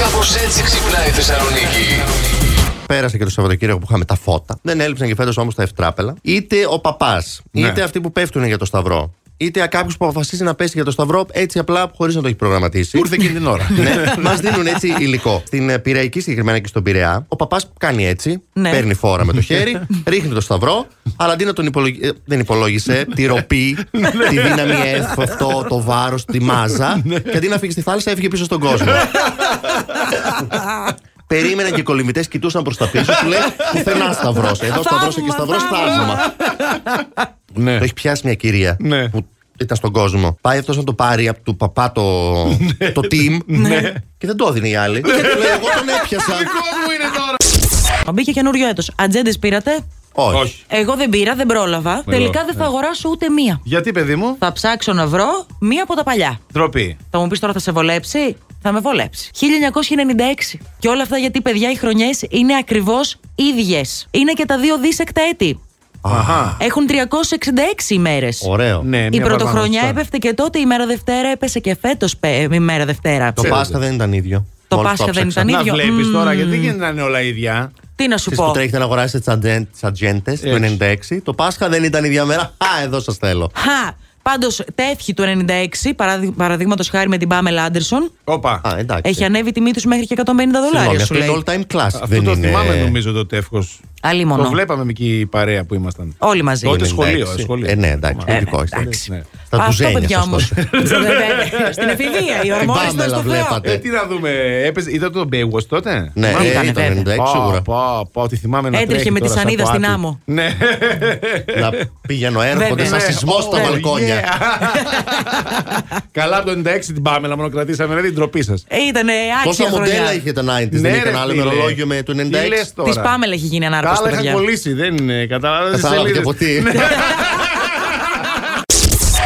Κάπως έτσι ξυπνάει η Θεσσαλονίκη. Πέρασε και το Σαββατοκύριακο που είχαμε τα φώτα. Δεν έλειψαν και φέτος όμως τα ευτράπελα. Είτε ο παπάς, Ναι. είτε αυτοί που πέφτουν για το Σταυρό, είτε κάποιος που αποφασίζει να πέσει για το Σταυρό έτσι απλά χωρίς να το έχει προγραμματίσει. Ήρθε εκείνη την ώρα. ναι, μας δίνουν έτσι υλικό. Στην ε, Πειραϊκή συγκεκριμένα και στον Πειραιά, ο παπάς κάνει έτσι. Ναι. Παίρνει φόρα με το χέρι, ρίχνει το σταυρό, αλλά αντί να τον υπολογίσει. δεν υπολόγισε τη ροπή, Ναι, τη δύναμη F, αυτό, το βάρος, τη μάζα. Ναι. και αντί να φύγει στη θάλασσα, έφυγε πίσω στον κόσμο. Περίμεναν και οι κολυμβητές κοιτούσαν προς τα πίσω, του λέει Πουθενά σταυρός. Εδώ σταυρό και Θαύμα, σταυρός, θαύμα. θαύμα. ναι. Το έχει πιάσει μια κυρία Ναι. που ήταν στον κόσμο. Πάει αυτός να το πάρει από του παπά το, Ναι. το team. Και δεν το έδινε η άλλη. Και του λέει, Εγώ τον έπιασα. Μπήκε καινούριο έτος. Ατζέντες πήρατε. Όχι. Όχι. Εγώ δεν πήρα, δεν πρόλαβα. Τελικά ναι. δεν θα αγοράσω ούτε μία. Γιατί, παιδί μου, Θα ψάξω να βρω μία από τα παλιά. ντροπή. Θα μου πεις τώρα θα σε βολέψει. Θα με βολέψει. 1996. Και όλα αυτά γιατί, παιδιά, οι χρονιές είναι ακριβώς ίδιες. Είναι και τα δύο δίσεκτα έτη. Αχα. Έχουν 366 ημέρες. Ωραίο. Ναι, Η μια πρωτοχρονιά παραπάνω. έπεφτε και τότε, η μέρα Δευτέρα έπεσε και φέτος η μέρα Δευτέρα. Το Πάσχα δεν ήταν ίδιο. Το Μόλις Πάσχα δεν έψαξα. ήταν Να ίδιο. βλέπεις Μμμ. τώρα, γιατί δεν γίνεται να είναι όλα ίδια. Τι να σου Εσείς που πω. τρέχετε να αγοράσετε τι ατζέντε του 96, Έτσι. το Πάσχα δεν ήταν η ίδια μέρα. Α, εδώ σας θέλω. Χα! Πάντως, τεύχη του 96, παραδείγματος χάρη με την Πάμελα Άντερσον, Όπα. Α, εντάξει. έχει ανέβει η τιμή τους μέχρι και 150 Συγγνώμη, δολάρια. Σου αυτό λέει. είναι all time class. Αυτό δεν το είναι... θυμάμαι νομίζω το τεύχος. Αλλή Το μόνο. βλέπαμε με εκεί η παρέα που ήμασταν. Όλοι μαζί. Τότε 96. σχολείο. ε, σχολείο. Ε, ναι, εντάξει, Ε, λογικό. εντάξει. Ναι. Στα Αυτό, κουζένια παιδιά σας όμως. τότε. Στην εφηβεία, οι Την ορμόνε ήταν Πάμελα στο Θεό. βλέπατε. Ε, τι να δούμε, έπαιζε, είδατε τον Baywatch τότε. Ναι, Θυμάμαι. ε, Ήτανε, βέβαια. ήταν 96 Πω, σίγουρα. πω, πω, τι θυμάμαι να Έτρεχε τρέχει με τη τώρα σαν σανίδα στην κοάτι. άμμο. Ναι. Να πηγαίνω έρχονται Βέβαια. ε, σαν Ναι, σεισμός στα Oh, μπαλκόνια. yeah. Καλά από το 96 την Πάμελα, μόνο κρατήσαμε, δηλαδή την τροπή σας. Ε, Ήτανε Πόσα άξια μοντέλα χρονιά. είχε το 90s, Ναι, δεν ρε, ήταν άλλο φίλε. ημερολόγιο με το 96. Τι λες τώρα. Της Πάμελα έχει γίνει ανάρκωση. Καλά είχα κολλήσει, δεν είναι. Κατάλαβα Κατάλαβα και από τι. Ναι.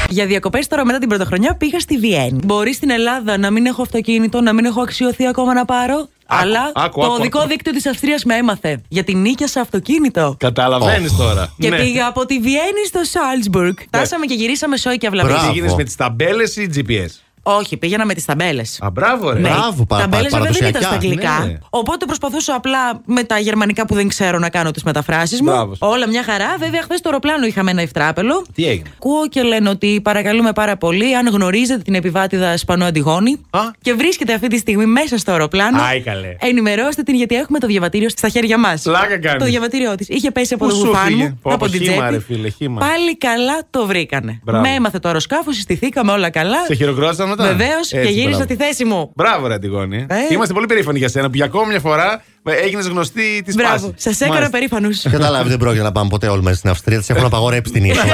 Για διακοπές τώρα μετά την πρωτοχρονιά πήγα στη Βιέννη. Μπορεί στην Ελλάδα να μην έχω αυτοκίνητο, να μην έχω αξιωθεί ακόμα να πάρω. αλλά άκου, το άκου, οδικό άκου. δίκτυο της Αυστρίας με έμαθε. Γιατί νίκιασα αυτοκίνητο. Καταλαβαίνεις τώρα. Και Ναι. πήγα από τη Βιέννη στο Σάλτσμπουργκ. Φτάσαμε και γυρίσαμε σόι και αυλαβή. Μπράβο. Πήγαινε με τις ταμπέλες ή GPS. Όχι, πήγαινα με τις ταμπέλες. Α, μπράβο, ρε. Ναι, μπράβο, οι πα- ταμπέλες πα- βέβαια δεν ήταν στα παραδοσιακά. αγγλικά. Ναι. Οπότε προσπαθούσα απλά με τα γερμανικά που δεν ξέρω να κάνω τις μεταφράσεις μου. Μπράβος σου. Όλα μια χαρά. Βέβαια, χθες στο αεροπλάνο είχαμε ένα ευτράπελο. Τι έγινε? Ακούω και λένε ότι παρακαλούμε πάρα πολύ αν γνωρίζετε την επιβάτηδα Σπανό Αντιγόνη Α. και βρίσκεται αυτή τη στιγμή μέσα στο αεροπλάνο. Άι, καλέ. Ενημερώστε την γιατί έχουμε το διαβατήριο στα χέρια μας. Πλάκα κάνεις. Το διαβατήριό της. Είχε πέσει από Πού το σου γουφάν φύγε? μου, Πω, από πω, την χύμα, ρε τσέπη. φίλε, χύμα. Πάλι καλά το βρήκανε. Μπράβο. Με έμαθε το αεροσκάφο, συστηθήκαμε όλα καλά. Σε χειροκρότησαν μετά. Βεβαίω και Έτσι, γύρισα μπράβο. στη θέση μου. Μπράβο, ρε Αντιγόνη. Ε. Είμαστε πολύ περήφανοι για σένα που για ακόμη μια φορά έγινες γνωστή της Μπράβο, σας έκανα περήφανου. Κατάλαβε, δεν πρόκειται να πάμε ποτέ όλοι μέσα στην Αυστρία. Τη έχουν απαγορέψει την είσοδο.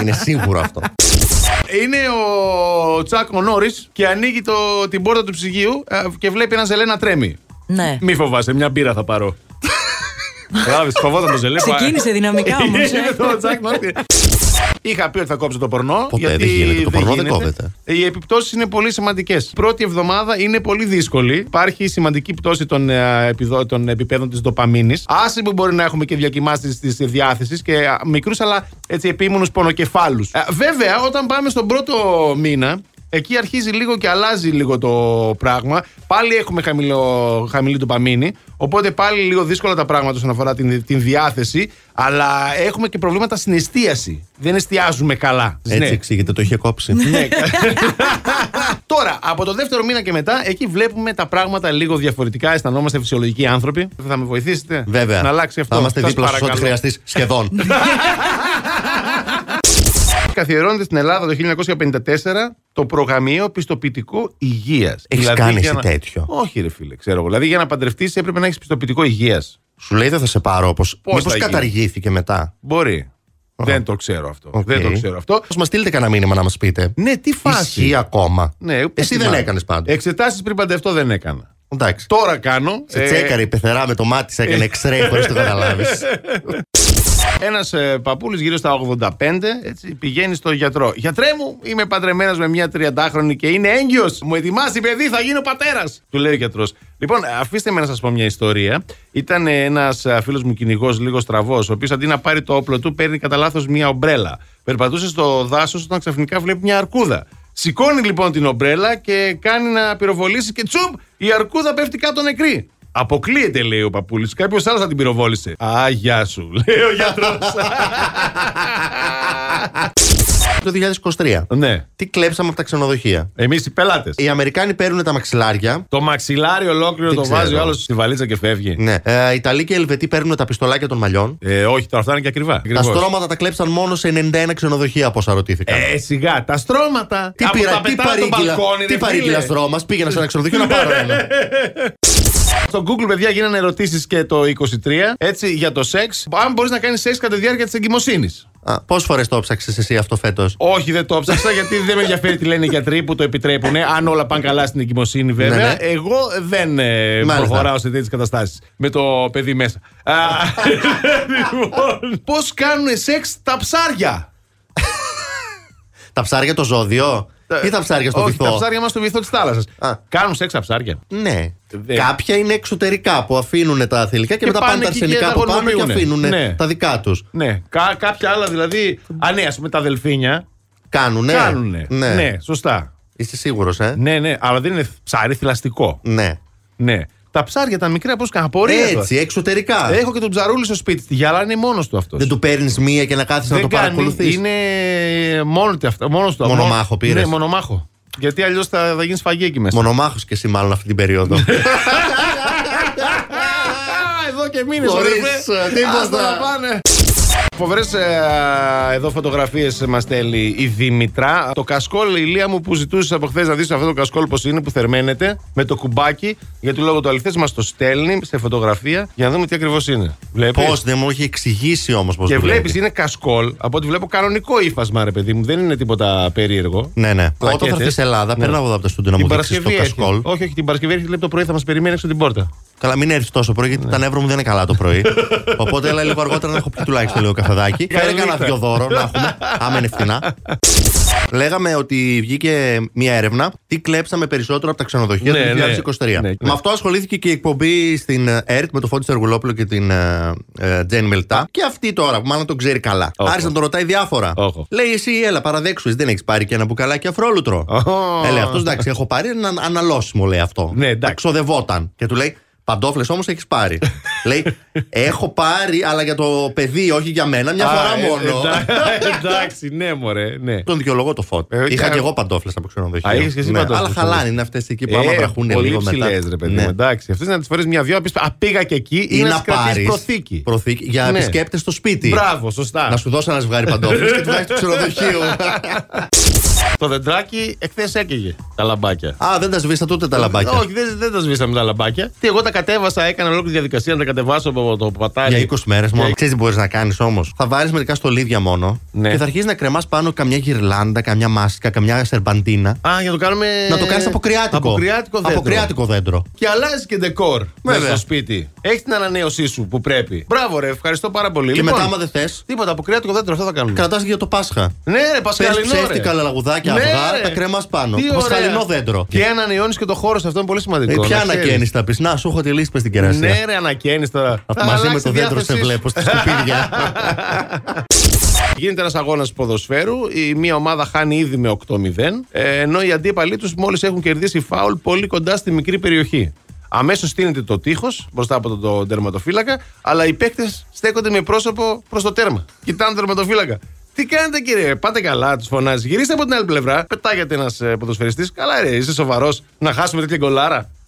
Είναι σίγουρο αυτό. Ναι. Είναι ο Τσάκ ο Νόρις και ανοίγει το, την πόρτα του ψυγείου ε, και βλέπει ένα ζελέ να τρέμει. Ναι. Μη φοβάσαι, μια μπύρα θα πάρω. Κατάλαβε, φοβόταν το ζελέ. Ξεκίνησε δυναμικά ε. όμως. Είναι το Τζακ Νόρις. Είχα πει ότι θα κόψω το πορνό. Ποτέ γιατί δεν γίνεται, το πορνό δεν γίνεται. κόβεται. Οι επιπτώσεις είναι πολύ σημαντικές. Πρώτη εβδομάδα είναι πολύ δύσκολη. Υπάρχει σημαντική πτώση των, ε, επιδο- των επιπέδων της δοπαμίνη. Άσε που μπορεί να έχουμε και διακοιμάσεις της διάθεσης και μικρούς αλλά έτσι επίμονους πονοκεφάλους. Βέβαια, όταν πάμε στον πρώτο μήνα, εκεί αρχίζει λίγο και αλλάζει λίγο το πράγμα. Πάλι έχουμε χαμηλό, χαμηλή ντοπαμίνη. Οπότε πάλι λίγο δύσκολα τα πράγματα όσον αφορά την, την διάθεση. Αλλά έχουμε και προβλήματα στην εστίαση. Δεν εστιάζουμε καλά. Έτσι Ναι. εξηγείται, το είχε κόψει. Τώρα, από το δεύτερο μήνα και μετά, εκεί βλέπουμε τα πράγματα λίγο διαφορετικά. Αισθανόμαστε φυσιολογικοί άνθρωποι. Θα με βοηθήσετε Βέβαια. να αλλάξει αυτό. Θα είμαστε Σας δίπλα σας ό,τι παρακαλώ. Ναι. χρειαστείς σχεδόν. Καθιερώνεται στην Ελλάδα το 1954 το προγαμείο πιστοποιητικό υγείας. Έχεις κάνει εσύ τέτοιο? Δηλαδή Όχι, ρε φίλε, ξέρω εγώ. Δηλαδή για να παντρευτείς έπρεπε να έχεις πιστοποιητικό υγείας. Σου λέει δεν θα σε πάρω όπως. Πώς Μήπως θα γίνει? καταργήθηκε μετά. Μπορεί. Δεν το ξέρω αυτό. Οκ. Δεν το ξέρω αυτό. Μας στείλετε κανένα μήνυμα να μας πείτε. Ναι, τι φάση. Ισχύει ακόμα. Ναι, πες Εσύ τι δεν μάλλον. έκανε πάντα. Εξετάσεις πριν παντρευτώ δεν έκανα. Εντάξει. Τώρα κάνω. Ε, Σε τσέκαρε η πεθερά με το μάτι, σε έκανε εξτρέι χωρί το καταλάβεις. Ένας ε, παππούλης γύρω στα 85 έτσι, πηγαίνει στο γιατρό. Γιατρέ μου, είμαι παντρεμένος με μια 30χρονη και είναι έγκυος. Μου ετοιμάσει παιδί, θα γίνω πατέρας. Του λέει ο γιατρός. Λοιπόν, αφήστε με να σας πω μια ιστορία. Ήταν ε, ένας φίλος μου κυνηγός, λίγο στραβός, ο οποίος αντί να πάρει το όπλο του, παίρνει κατά λάθος μια ομπρέλα. Περπατούσε στο δάσος όταν ξαφνικά βλέπει μια αρκούδα. Σηκώνει λοιπόν την ομπρέλα και κάνει να πυροβολήσει και τσουμ! Η αρκούδα πέφτει κάτω νεκρή. Αποκλείεται, λέει ο παππούλη. Κάποιος άλλος θα την πυροβόλησε. Α, γεια σου, λέει ο γιατρός. Το 2023. ναι. Τι κλέψαμε από τα ξενοδοχεία. Εμείς οι πελάτες. Οι Αμερικάνοι παίρνουν τα μαξιλάρια. Το μαξιλάρι ολόκληρο Ε, Δεν το ξέρω. βάζει ο άλλος στη βαλίτσα και φεύγει. Ναι. Ε, οι Ιταλοί και οι Ελβετοί παίρνουν τα πιστολάκια των μαλλιών. Ε, όχι, τώρα αυτά είναι και ακριβά. Τα Ακριβώς. στρώματα τα κλέψαν μόνο σε 91 ξενοδοχεία, από όσα ρωτήθηκαν. Ε, σιγά, τα στρώματα. τι Από πήρα, τα τι πετάω από το παρήγγυλα, μπαλκόνι, τι ρε παρήγγυλα φίλε. στρώμα. Πήγαινα σε ένα ξενοδοχείο να πάρω ένα. Στο Google, παιδιά, γίνανε ερωτήσεις και το 23 έτσι, για το σεξ. Αν μπορείς να κάνεις σεξ κατά τη διάρκεια της εγκυμοσύνης. Πόσες φορές το ψάξες εσύ αυτό φέτος. Όχι, δεν το ψάξα γιατί δεν με ενδιαφέρει τι λένε οι γιατροί που το επιτρέπουν. Αν όλα πάνε καλά στην εγκυμοσύνη, βέβαια. Ναι, ναι. Εγώ δεν ε, Μάλιστα. προχωράω σε τέτοιες καταστάσεις. Με το παιδί μέσα. Α, λοιπόν, Πώ κάνουν σεξ τα ψάρια. Τα ψάρια το ζώδιο ή τα ψάρια στο Όχι, Τα βυθό. ψάρια μας στο βυθό της θάλασσας. Α. Κάνουν σεξ τα ψάρια. Ναι. Δεν. Κάποια είναι εξωτερικά που αφήνουν τα θηλυκά και, Και μετά πάνε πάνε τα εκεί και αρσενικά τα από πάνω και γονομιούνε. αφήνουν Ναι. τα δικά τους. Ναι. Κα- κάποια άλλα δηλαδή. Α, ναι, ας πούμε τα δελφίνια. Κάνουνε. Κάνουνε. Ναι. ναι, σωστά. Είσαι σίγουρος, ε. Ναι, ναι, αλλά δεν είναι ψάρι, θηλαστικό. Ναι. Ναι. Τα ψάρια τα μικρά πώς κάνουν. Απορία. τώρα. Έτσι, εξωτερικά. Έχω και τον ψαρούλι στο σπίτι. Τη γυαλάνε μόνος του αυτός. Δεν του παίρνεις μία και να κάθεσαι να το παρακολουθείς. Είναι μόνος του αυτός. Μόνος του αυτό. Μονομάχο πήρες. Ναι, μονομάχο. Γιατί αλλιώς θα, θα γίνεις σφαγή εκεί μέσα. Μονομάχος και εσύ, μάλλον αυτή την περίοδο. Ναι. Α, εδώ και μήνες. Χωρίς, ε, τίποτα. πάνε. Φοβερές εδώ φωτογραφίες μας στέλνει η Δήμητρα. Το κασκόλ, η Ηλία μου που ζητούσες από χθες να δεις αυτό το κασκόλ πώς είναι που θερμαίνεται με το κουμπάκι. Γιατί λόγω του αληθές μας το στέλνει σε φωτογραφία για να δούμε τι ακριβώς είναι. Βλέπεις? Πώς δεν μου έχει εξηγήσει όμως πώς Και βλέπει είναι κασκόλ. Από ό,τι βλέπω κανονικό ύφασμα, ρε παιδί μου. Δεν είναι τίποτα περίεργο. Ναι, ναι. Όταν θα Πλακέτες. έρθεις σε Ελλάδα, Ναι. παίρνω από εδώ από το στούντιο να Την μου δείξει το Παρασκευή έρχεται. κασκόλ. Όχι, όχι, την Παρασκευή έρχεται λέει, το πρωί θα μας περιμένει έξω την πόρτα. Καλά, μην έρθεις τόσο πρωί, Ναι. γιατί τα νεύρα μου δεν είναι καλά το πρωί. Οπότε έλα λίγο αργότερα να έχω πει τουλάχιστον λίγο καφεδάκι. Φέρε Καλή κανένα νύχτα. δυο δώρο να έχουμε, άμα είναι φθηνά. Λέγαμε ότι βγήκε μία έρευνα τι κλέψαμε περισσότερο από τα ξενοδοχεία Ναι, του ναι. 2023. Ναι, ναι. Με αυτό ασχολήθηκε και η εκπομπή στην ε, ΕΡΤ με τον Φώτη Σεργουλόπουλο και την ε, ε, Τζένι Μελτά. Και αυτή τώρα, που μάλλον τον ξέρει καλά. Όχο. Άρχισε να τον ρωτάει διάφορα. Όχο. Λέει εσύ, έλα, παραδέξου, εσύ δεν έχεις πάρει και ένα μπουκαλάκι αφρόλουτρο. Ω. Ε, λέει αυτός, εντάξει, έχω πάρει ένα αναλώσιμο, λέει αυτό. Ναι, εντάξει. Τα ξοδευόταν. Και του λέει, Παντόφλες όμως έχεις πάρει. λέει, Έχω πάρει, αλλά για το παιδί, όχι για μένα, μια Α, φορά ε, μόνο. εντά- Εντάξει, ναι, μωρέ. Ναι. Τον δικαιολογώ το φώτι. Ε, Είχα κα- και εγώ παντόφλες από ξενοδοχείο. Α, είχες και εσύ παντόφλες. Ναι. Ε, Αλλά χαλάνε είναι αυτές εκεί που άμα βραχούν πολύ λίγο μετά. ψηλές, ρε παιδί Ναι. μου. Εντάξει, αυτές να τις φορέ μια-δυο, να πεις, Α, πήγα και εκεί Ή ή να να πάρει πάρεις προθήκη. προθήκη για Ναι. επισκέπτες στο σπίτι. Μπράβο, σωστά. Να σου δώσω ένα ζευγάρι παντόφλες και τουλάχιστον του ξενοδοχείου. Το δεντράκι εχθές έκαιγε τα λαμπάκια. Α, δεν τα σβήσα τότε τα λαμπάκια. Όχι, δεν, δεν τα σβήσαμε τα λαμπάκια. Τι, εγώ τα κατέβασα, έκανα ολόκληρη διαδικασία να τα κατεβάσω από το πατάλι. Για 20 μέρε Για μόνο. Ξέρεις τι μπορείς να κάνεις όμως. Θα βάλεις μερικά στολίδια μόνο Ναι. και θα αρχίσεις να κρεμάς πάνω καμιά γυρλάντα, καμιά μάσκα, καμιά σερπαντίνα. Α, για να το κάνουμε. Να το κάνεις αποκριάτικο. Αποκριάτικο Ε, δέντρο. Αποκριάτικο δέντρο. Και αλλάζει και ντεκόρ μέσα Βέβαια. στο σπίτι. Έχεις την ανανέωσή σου που πρέπει. Μπράβο, ρε, ευχαριστώ πάρα πολύ. Και λοιπόν, μετά, άμα δεν θες, Τίποτα, αποκριάτικο δέντρο, αυτό θα κάνουμε. κρατάς για το Πάσχα. Ναι, ρε, Ναι, Παίρνει Πασχαλινό. ψεύτικα λαγουδάκια αυγά, τα κρεμά πάνω. Πασχαλινό δέντρο. Και ανανεώνεις και το χώρο σε αυτό είναι πολύ Ε, σημαντικό. Ποια να ξέρεις. ανακαίνεις τα πεις. Να σου έχω τη λύση πες στην κερασία. Ναι, ρε, ανακαίνεις τώρα. Α, Θα Μαζί με αλλάξει το η δέντρο σε διάθεσή σου. βλέπω στα σκουπίδια. Γίνεται ένας αγώνας ποδοσφαίρου. Η μία ομάδα χάνει ήδη με 8-0. ε, Ενώ οι αντίπαλοι τους μόλις έχουν κερδίσει φάουλ πολύ κοντά στη μικρή περιοχή. Αμέσως στείνεται το τείχος μπροστά από τον το τερματοφύλακα, αλλά οι παίκτες στέκονται με πρόσωπο προς το τέρμα. Κοιτάνε τον τερματοφύλακα. Τι κάνετε κύριε, πάτε καλά, τους φωνάζει. Γυρίστε από την άλλη πλευρά. Πετάγεται ένας ποδοσφαιριστής. Καλά, ρε, είσαι σοβαρός να χάσουμε τέτοια γκολάρα.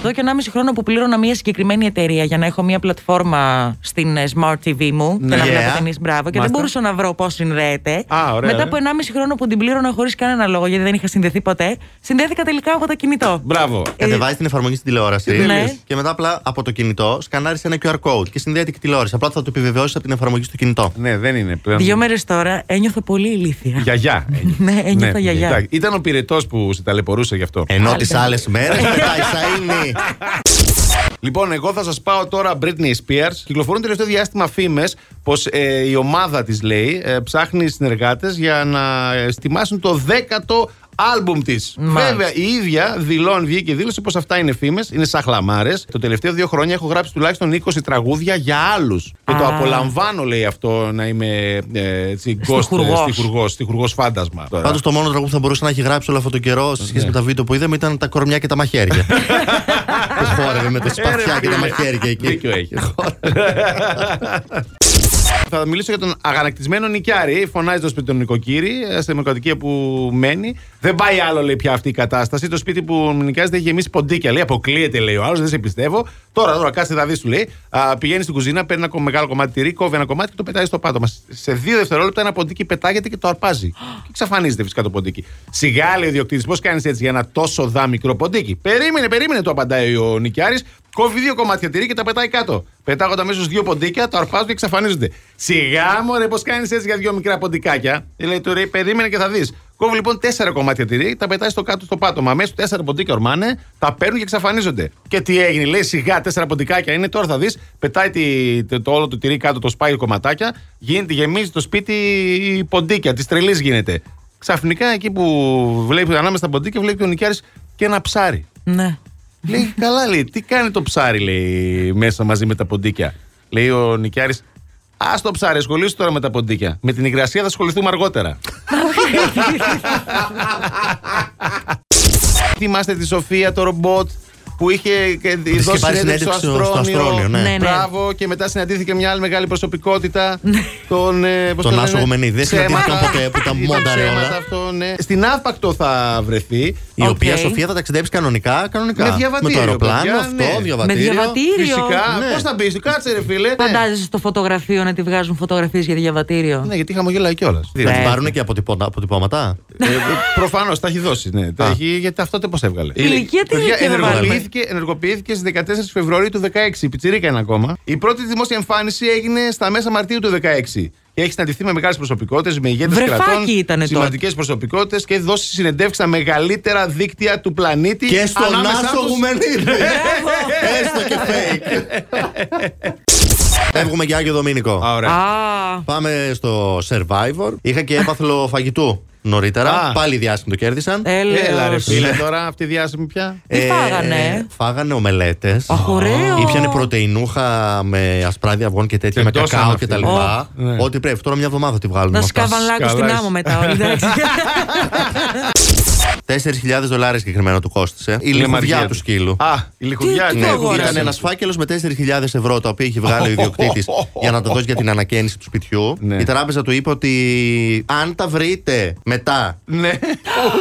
Εδώ και 1,5 χρόνο που πλήρωνα μια συγκεκριμένη εταιρεία για να έχω μια πλατφόρμα στην ε, Smart TV μου και να Yeah. βλέπω ταινίες. Μπράβο. Και δεν Ναι. Μάλιστα. μπορούσα να βρω πώς συνδέεται. Α, ωραία, Μετά ε. από 1,5 χρόνο που την πλήρωνα χωρίς κανένα λόγο, γιατί δεν είχα συνδεθεί ποτέ, συνδέθηκα τελικά από το κινητό. Μπράβο. Κατεβάζει Ε, την εφαρμογή στην τηλεόραση. Τι λες. Και μετά απλά από το κινητό σκανάρει ένα QR code και συνδέεται και η τηλεόραση. Απλά θα το επιβεβαιώσεις από την εφαρμογή στο κινητό. Ναι, δεν είναι πλέον. Δύο μέρες τώρα ένιωθα πολύ ηλίθια. Γιαγιά. Ναι, ένιωθα γιαγιά. Ε, Εντάξει, Ήταν ο πυρετός που σε ταλαιπωρούσε γι' αυτό. Ενώ Άλλη τι δεν- άλλες μέρες μετά η Σαΐνη. Λοιπόν, εγώ θα σας πάω τώρα Britney Spears. Κυκλοφορούν τελευταίο διάστημα φήμες πως η ομάδα της, λέει, ε, ψάχνει συνεργάτες για να ε, ετοιμάσουν το 10ο άλμπουμ της. Μάλιστα. Βέβαια, η ίδια δηλώνει, βγήκε και δήλωσε πως αυτά είναι φήμες, είναι σαν χλαμάρες. Το τελευταίο δύο χρόνια έχω γράψει τουλάχιστον 20 τραγούδια για άλλους. Και το Α. απολαμβάνω, λέει αυτό, να είμαι ε, έτσι, ghost, ε, Στιχουργός. στιχουργός, στιχουργός φάντασμα. Τώρα. Πάντως το μόνο τραγούδι που θα μπορούσε να έχει γράψει όλο αυτό το καιρό σε Ναι. σχέση με τα βίντεο που είδαμε ήταν τα κορμιά και τα μαχαίρια. Που χόρευε με τα σπαθιά και τα μαχαίρια εκεί. Δίκιο έχεις. Θα μιλήσω για τον αγανακτισμένο νοικιάρη. Φωνάζει το σπίτι του νοικοκύρη, ε, στην οικοκυρία που μένει. Δεν πάει άλλο, λέει, πια αυτή η κατάσταση. Το σπίτι που νοικιάζεται έχει γεμίσει ποντίκια. Λέει, αποκλείεται, λέει ο άλλος, δεν σε πιστεύω. Τώρα, τώρα, κάτσε να δεις, του λέει. Α, πηγαίνει στην κουζίνα, παίρνει ένα κο- μεγάλο κομμάτι τυρί, κόβει ένα κομμάτι και το πετάει στο πάτωμα. Σε δύο δευτερόλεπτα ένα ποντίκι πετάγεται και το αρπάζει. Και εξαφανίζεται φυσικά το ποντίκι. Σιγά, λέει ο διοκτήτης, πώς κάνεις έτσι για ένα τόσο δά μικρό ποντίκι. Περίμενε, περίμενε, το απαντάει ο νοικιάρη. Κόβει δύο κομμάτια τυρί και τα πετάει κάτω. Πετάγονται αμέσως δύο ποντίκια, το αρπάζουν και εξαφανίζονται. Σιγά μωρέ, πώς κάνεις έτσι για δύο μικρά ποντικάκια. Ε, Λέει του ρε, περίμενε και θα δεις. Κόβει λοιπόν τέσσερα κομμάτια τυρί, τα πετάει στο κάτω στο πάτωμα. Αμέσως τέσσερα ποντίκια ορμάνε, τα παίρνουν και εξαφανίζονται. Και τι έγινε, λέει σιγά, τέσσερα ποντικάκια είναι, τώρα θα δεις. Πετάει τη- το, το όλο το τυρί κάτω, το σπάει κομματάκια, γίνεται, γεμίζει το σπίτι ποντίκια, της τρελής γίνεται. Ξαφνικά εκεί που βλέπει ανάμεσα στα ποντίκια, βλέπει ο Νικιάρη και ένα ψάρι. Ναι. Λέει, καλά λέει, τι κάνει το ψάρι λέει μέσα μαζί με τα ποντίκια. Λέει ο Νικιάρης, ας το ψάρι, ασχολήσου τώρα με τα ποντίκια. Με την υγρασία θα ασχοληθούμε αργότερα. Θυμάστε τη Σοφία, το ρομπότ που είχε ε, δώσει είχε πάρει συνέντευξη στο συνέντευξη στο- στο Αστρόνιο. Αστρόνιο, ναι. Ναι, ναι. Μπράβο, και μετά συναντήθηκε μια άλλη μεγάλη προσωπικότητα. τον ε, πώς Τον το λένε, Άσο Γομενίδη. Δεν ψέματα. συναντήθηκαν ποτέ, που τα Ήταν μόνταρε όλα. ψέματα αυτό, ναι. Στην Αύπακτο θα βρεθεί. Η Οκ. οποία Σοφία θα ταξιδέψει κανονικά, κανονικά. Με Με διαβατήριο, το αεροπλάνο, παιδιά, ναι. αυτό, Με Με διαβατήριο. διαβατήριο. Φυσικά. ναι. Πώς θα μπει, κάτσε ρε φίλε. ναι. Φαντάζεσαι στο φωτογραφείο να τη βγάζουν φωτογραφίες για διαβατήριο. Ναι, γιατί χαμογελάει κιόλας. Θα την Ναι. πάρουν και αποτυπώτα- αποτυπώματα. Προφανώ Ε, τα έχει δώσει. Ναι. Τα Α. έχει, γιατί αυτό δεν πώς έβγαλε. ηλικία τι Παιδιά, ηλικία θα βάλουμε. ενεργοποιήθηκε, ενεργοποιήθηκε στις 14 Φεβρουαρίου του 2016. Η Πιτσιρίκα είναι ακόμα. Η πρώτη δημόσια εμφάνιση έγινε στα μέσα Μαρτίου του 2016. Και έχεις συναντηθεί με μεγάλες προσωπικότητες, με ηγέτες Βρεφάκι κρατών, ήτανε τότε. σημαντικές προσωπικότητες και έχει δώσεις συνεντεύξεις στα μεγαλύτερα δίκτυα του πλανήτη. Και στον Ανάμεσά Άσο τους- Γουμενίδη. Ναι. Έστω και fake. Φεύγουμε για Άγιο Δομήνικο. Α, Ωραία. Α, Πάμε στο Survivor. Είχα και έπαθλο φαγητού νωρίτερα. Α. Πάλι διάσημο το κέρδισαν. Έλα ρε έλεος. φίλε τώρα, αυτή η διάσημη πια. Τι φάγανε? Ε, Φάγανε ομελέτες. Αχ, ωραίο. Ήπιανε πρωτεϊνούχα με ασπράδια αυγών και τέτοια, Και με πτώσαν κακάο αυτοί. κτλ. Ω, ναι. Ό,τι πρέπει. Τώρα μια εβδομάδα τη βγάλουμε. Να με αυτά. σκάβαν λάκκο στην Καλά, άμμο εσύ. μετά όλοι. εντάξει. 4.000 δολάρια συγκεκριμένα του Ναι, κόστησε. Η λιμαδιά Λεμαριά του σκύλου. Α, η λιχουδιά. τι ναι, το η λιχουδιά αγόρασε. Ήταν ένας είναι ένας φάκελο με 4.000 ευρώ τα οποία είχε βγάλει ο ιδιοκτήτης για να τα δώσει για την ανακαίνιση του σπιτιού. Ναι. Η τράπεζα του είπε ότι αν τα βρείτε μετά Ναι.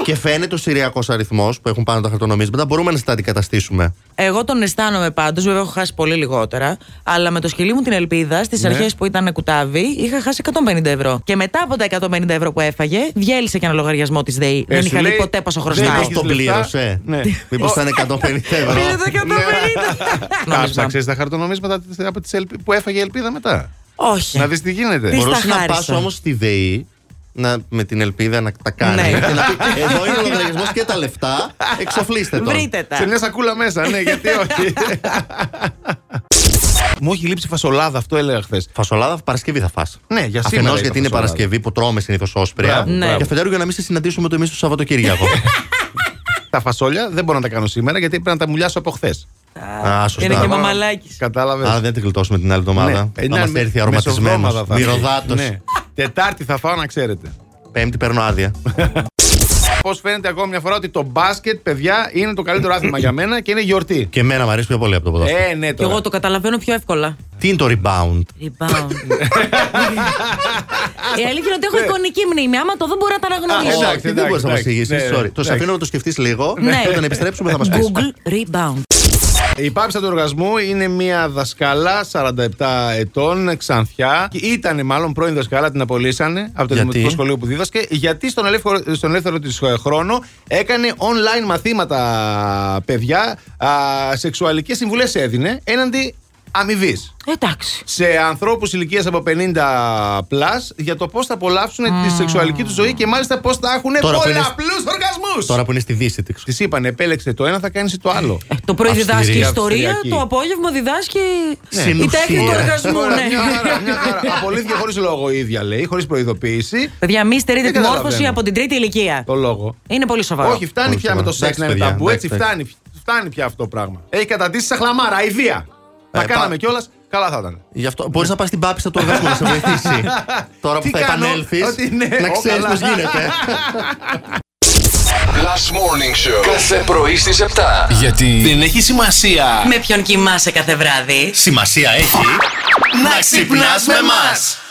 και φαίνεται ο Συριακός αριθμός που έχουν πάνω τα χαρτονομίσματα, μπορούμε να σας τα αντικαταστήσουμε. Εγώ τον αισθάνομαι πάντως, βέβαια έχω χάσει πολύ λιγότερα. Αλλά με το σκυλί μου την ελπίδα, στις Ναι. αρχές που ήταν κουτάβι, είχα χάσει 150 ευρώ. Και μετά από τα 150 ευρώ που έφαγε, διέλυσε και ένα λογαριασμό της ΔΕΗ. Ε, δεν σου είχα δει λέει, ποτέ πόσο δεν χρωστάω. Μήπω έχεις τον λεφτά. πλήρωσε. Ναι. Μήπως ήταν 150 ευρώ. Πήρε το 150. Κάψα, Νόμισμα. ξέρεις τα χαρτονομίσματα της- από τις ελπι- που έφαγε η ελπίδα μετά. Όχι. Να δεις τι γίνεται. Τι στα Μπορούσε να πα χάρισα. όμως στη ΔΕΗ να, με την ελπίδα να τα κάνει. Ναι. Και να πει, Εδώ είναι ο λογαριασμός και τα λεφτά. Εξοφλήστε τον. Βρείτε τα. Σε μια σακούλα μέσα, ναι, γιατί όχι. Μου έχει λείψει φασολάδα, αυτό έλεγα χθες. Φασολάδα Παρασκευή θα φας. Ναι, για σήμερα Αφενός ήταν γιατί είναι φασολάδα. Παρασκευή που τρώμε συνήθως όσπρια. Μπράβο, Ναι. μπράβο. Και αφετέρου για να μην σε συναντήσουμε το εμείς το Σαββατοκύριακο. Τα φασόλια δεν μπορώ να τα κάνω σήμερα γιατί πρέπει να τα μουλιάσω από χθες. Α, Είναι και σωστά. μαμαλάκι. Άρα Κατάλαβε. δεν τη γλιτώσουμε την άλλη Ναι. εβδομάδα. Να μας έρθει αρωματισμένος. Μυρωδάτο. Τετάρτη θα φάω να ξέρετε. Πέμπτη παίρνω άδεια. Πώς φαίνεται ακόμη μια φορά ότι το μπάσκετ, παιδιά, είναι το καλύτερο άθλημα για μένα και είναι γιορτή. Και εμένα μου αρέσει πιο πολύ από το ποδόσφαιρο. Ε, ναι, Και τώρα. εγώ το καταλαβαίνω πιο εύκολα. Τι είναι το rebound. Rebound. Η αλήθεια είναι ότι έχω εικονική μνήμη. Άμα το δω, μπορώ να τα Ναι. Α, αναγνωρίσω. εντάξει, Όχι, δεν μπορείς να μας εντάξει, εξηγήσεις. ναι, Sorry. Το σε εντάξει. αφήνω να το σκεφτείς λίγο. Ναι. Και Όταν επιστρέψουμε θα μας πεις. Google Rebound. Η πάψα του οργασμού είναι μια δασκάλα 47 ετών, ξανθιά. Ήτανε μάλλον πρώην δασκάλα, την απολύσανε από το Γιατί? δημοτικό σχολείο που δίδασκε. Γιατί στον ελεύθερο, στον ελεύθερο της χρόνο έκανε online μαθήματα, παιδιά. Σεξουαλικές συμβουλές έδινε έναντι αμοιβής Εντάξει. σε ανθρώπους ηλικίας από 50 plus για το πώς θα απολαύσουν τη σεξουαλική τους ζωή και μάλιστα πώς θα έχουν Τώρα που είναι- πολλαπλού οργασμού. Γερμανού! Τώρα Ε, που είναι στη Δύση, τι ξέρω. Της είπαν, επέλεξε το ένα, θα κάνεις το άλλο. Ε, Το πρωί Αυστηρία, διδάσκει ιστορία, αυστριακή. το απόγευμα διδάσκει η Συνουσία. τέχνη του εργασμού. ναι. Μια χαρά, μια χαρά. Απολύθηκε χωρίς λόγο η ίδια, λέει, χωρίς προειδοποίηση. Παιδιά, μη στερείτε Δεν τη μόρφωση καταλαβαίνω. από την τρίτη ηλικία. Το λόγο. Είναι πολύ σοβαρό. Όχι, φτάνει Πολύ πια με το σοβαρό. σεξ να Εντάξει, είναι παιδιά, ταμπού. Έτσι εντάξει, φτάνει. Φτάνει πια αυτό το πράγμα. Έχει καταντήσει σαν χλαμάρα, ιδία. Τα Ε, κάναμε πά- κιόλας, καλά θα ήταν. Γι' αυτό μπορείς να πας στην πάπιστα του εργασμού να σε βοηθήσει. Τώρα που Τι θα κάνω, επανέλθεις, ότι ναι, να ο, ξέρεις καλά. πώς γίνεται. Last Morning Show. Κάθε πρωί στις 7. Γιατί δεν έχει σημασία. Με ποιον κοιμάσαι κάθε βράδυ. Σημασία έχει να ξυπνάς με μας.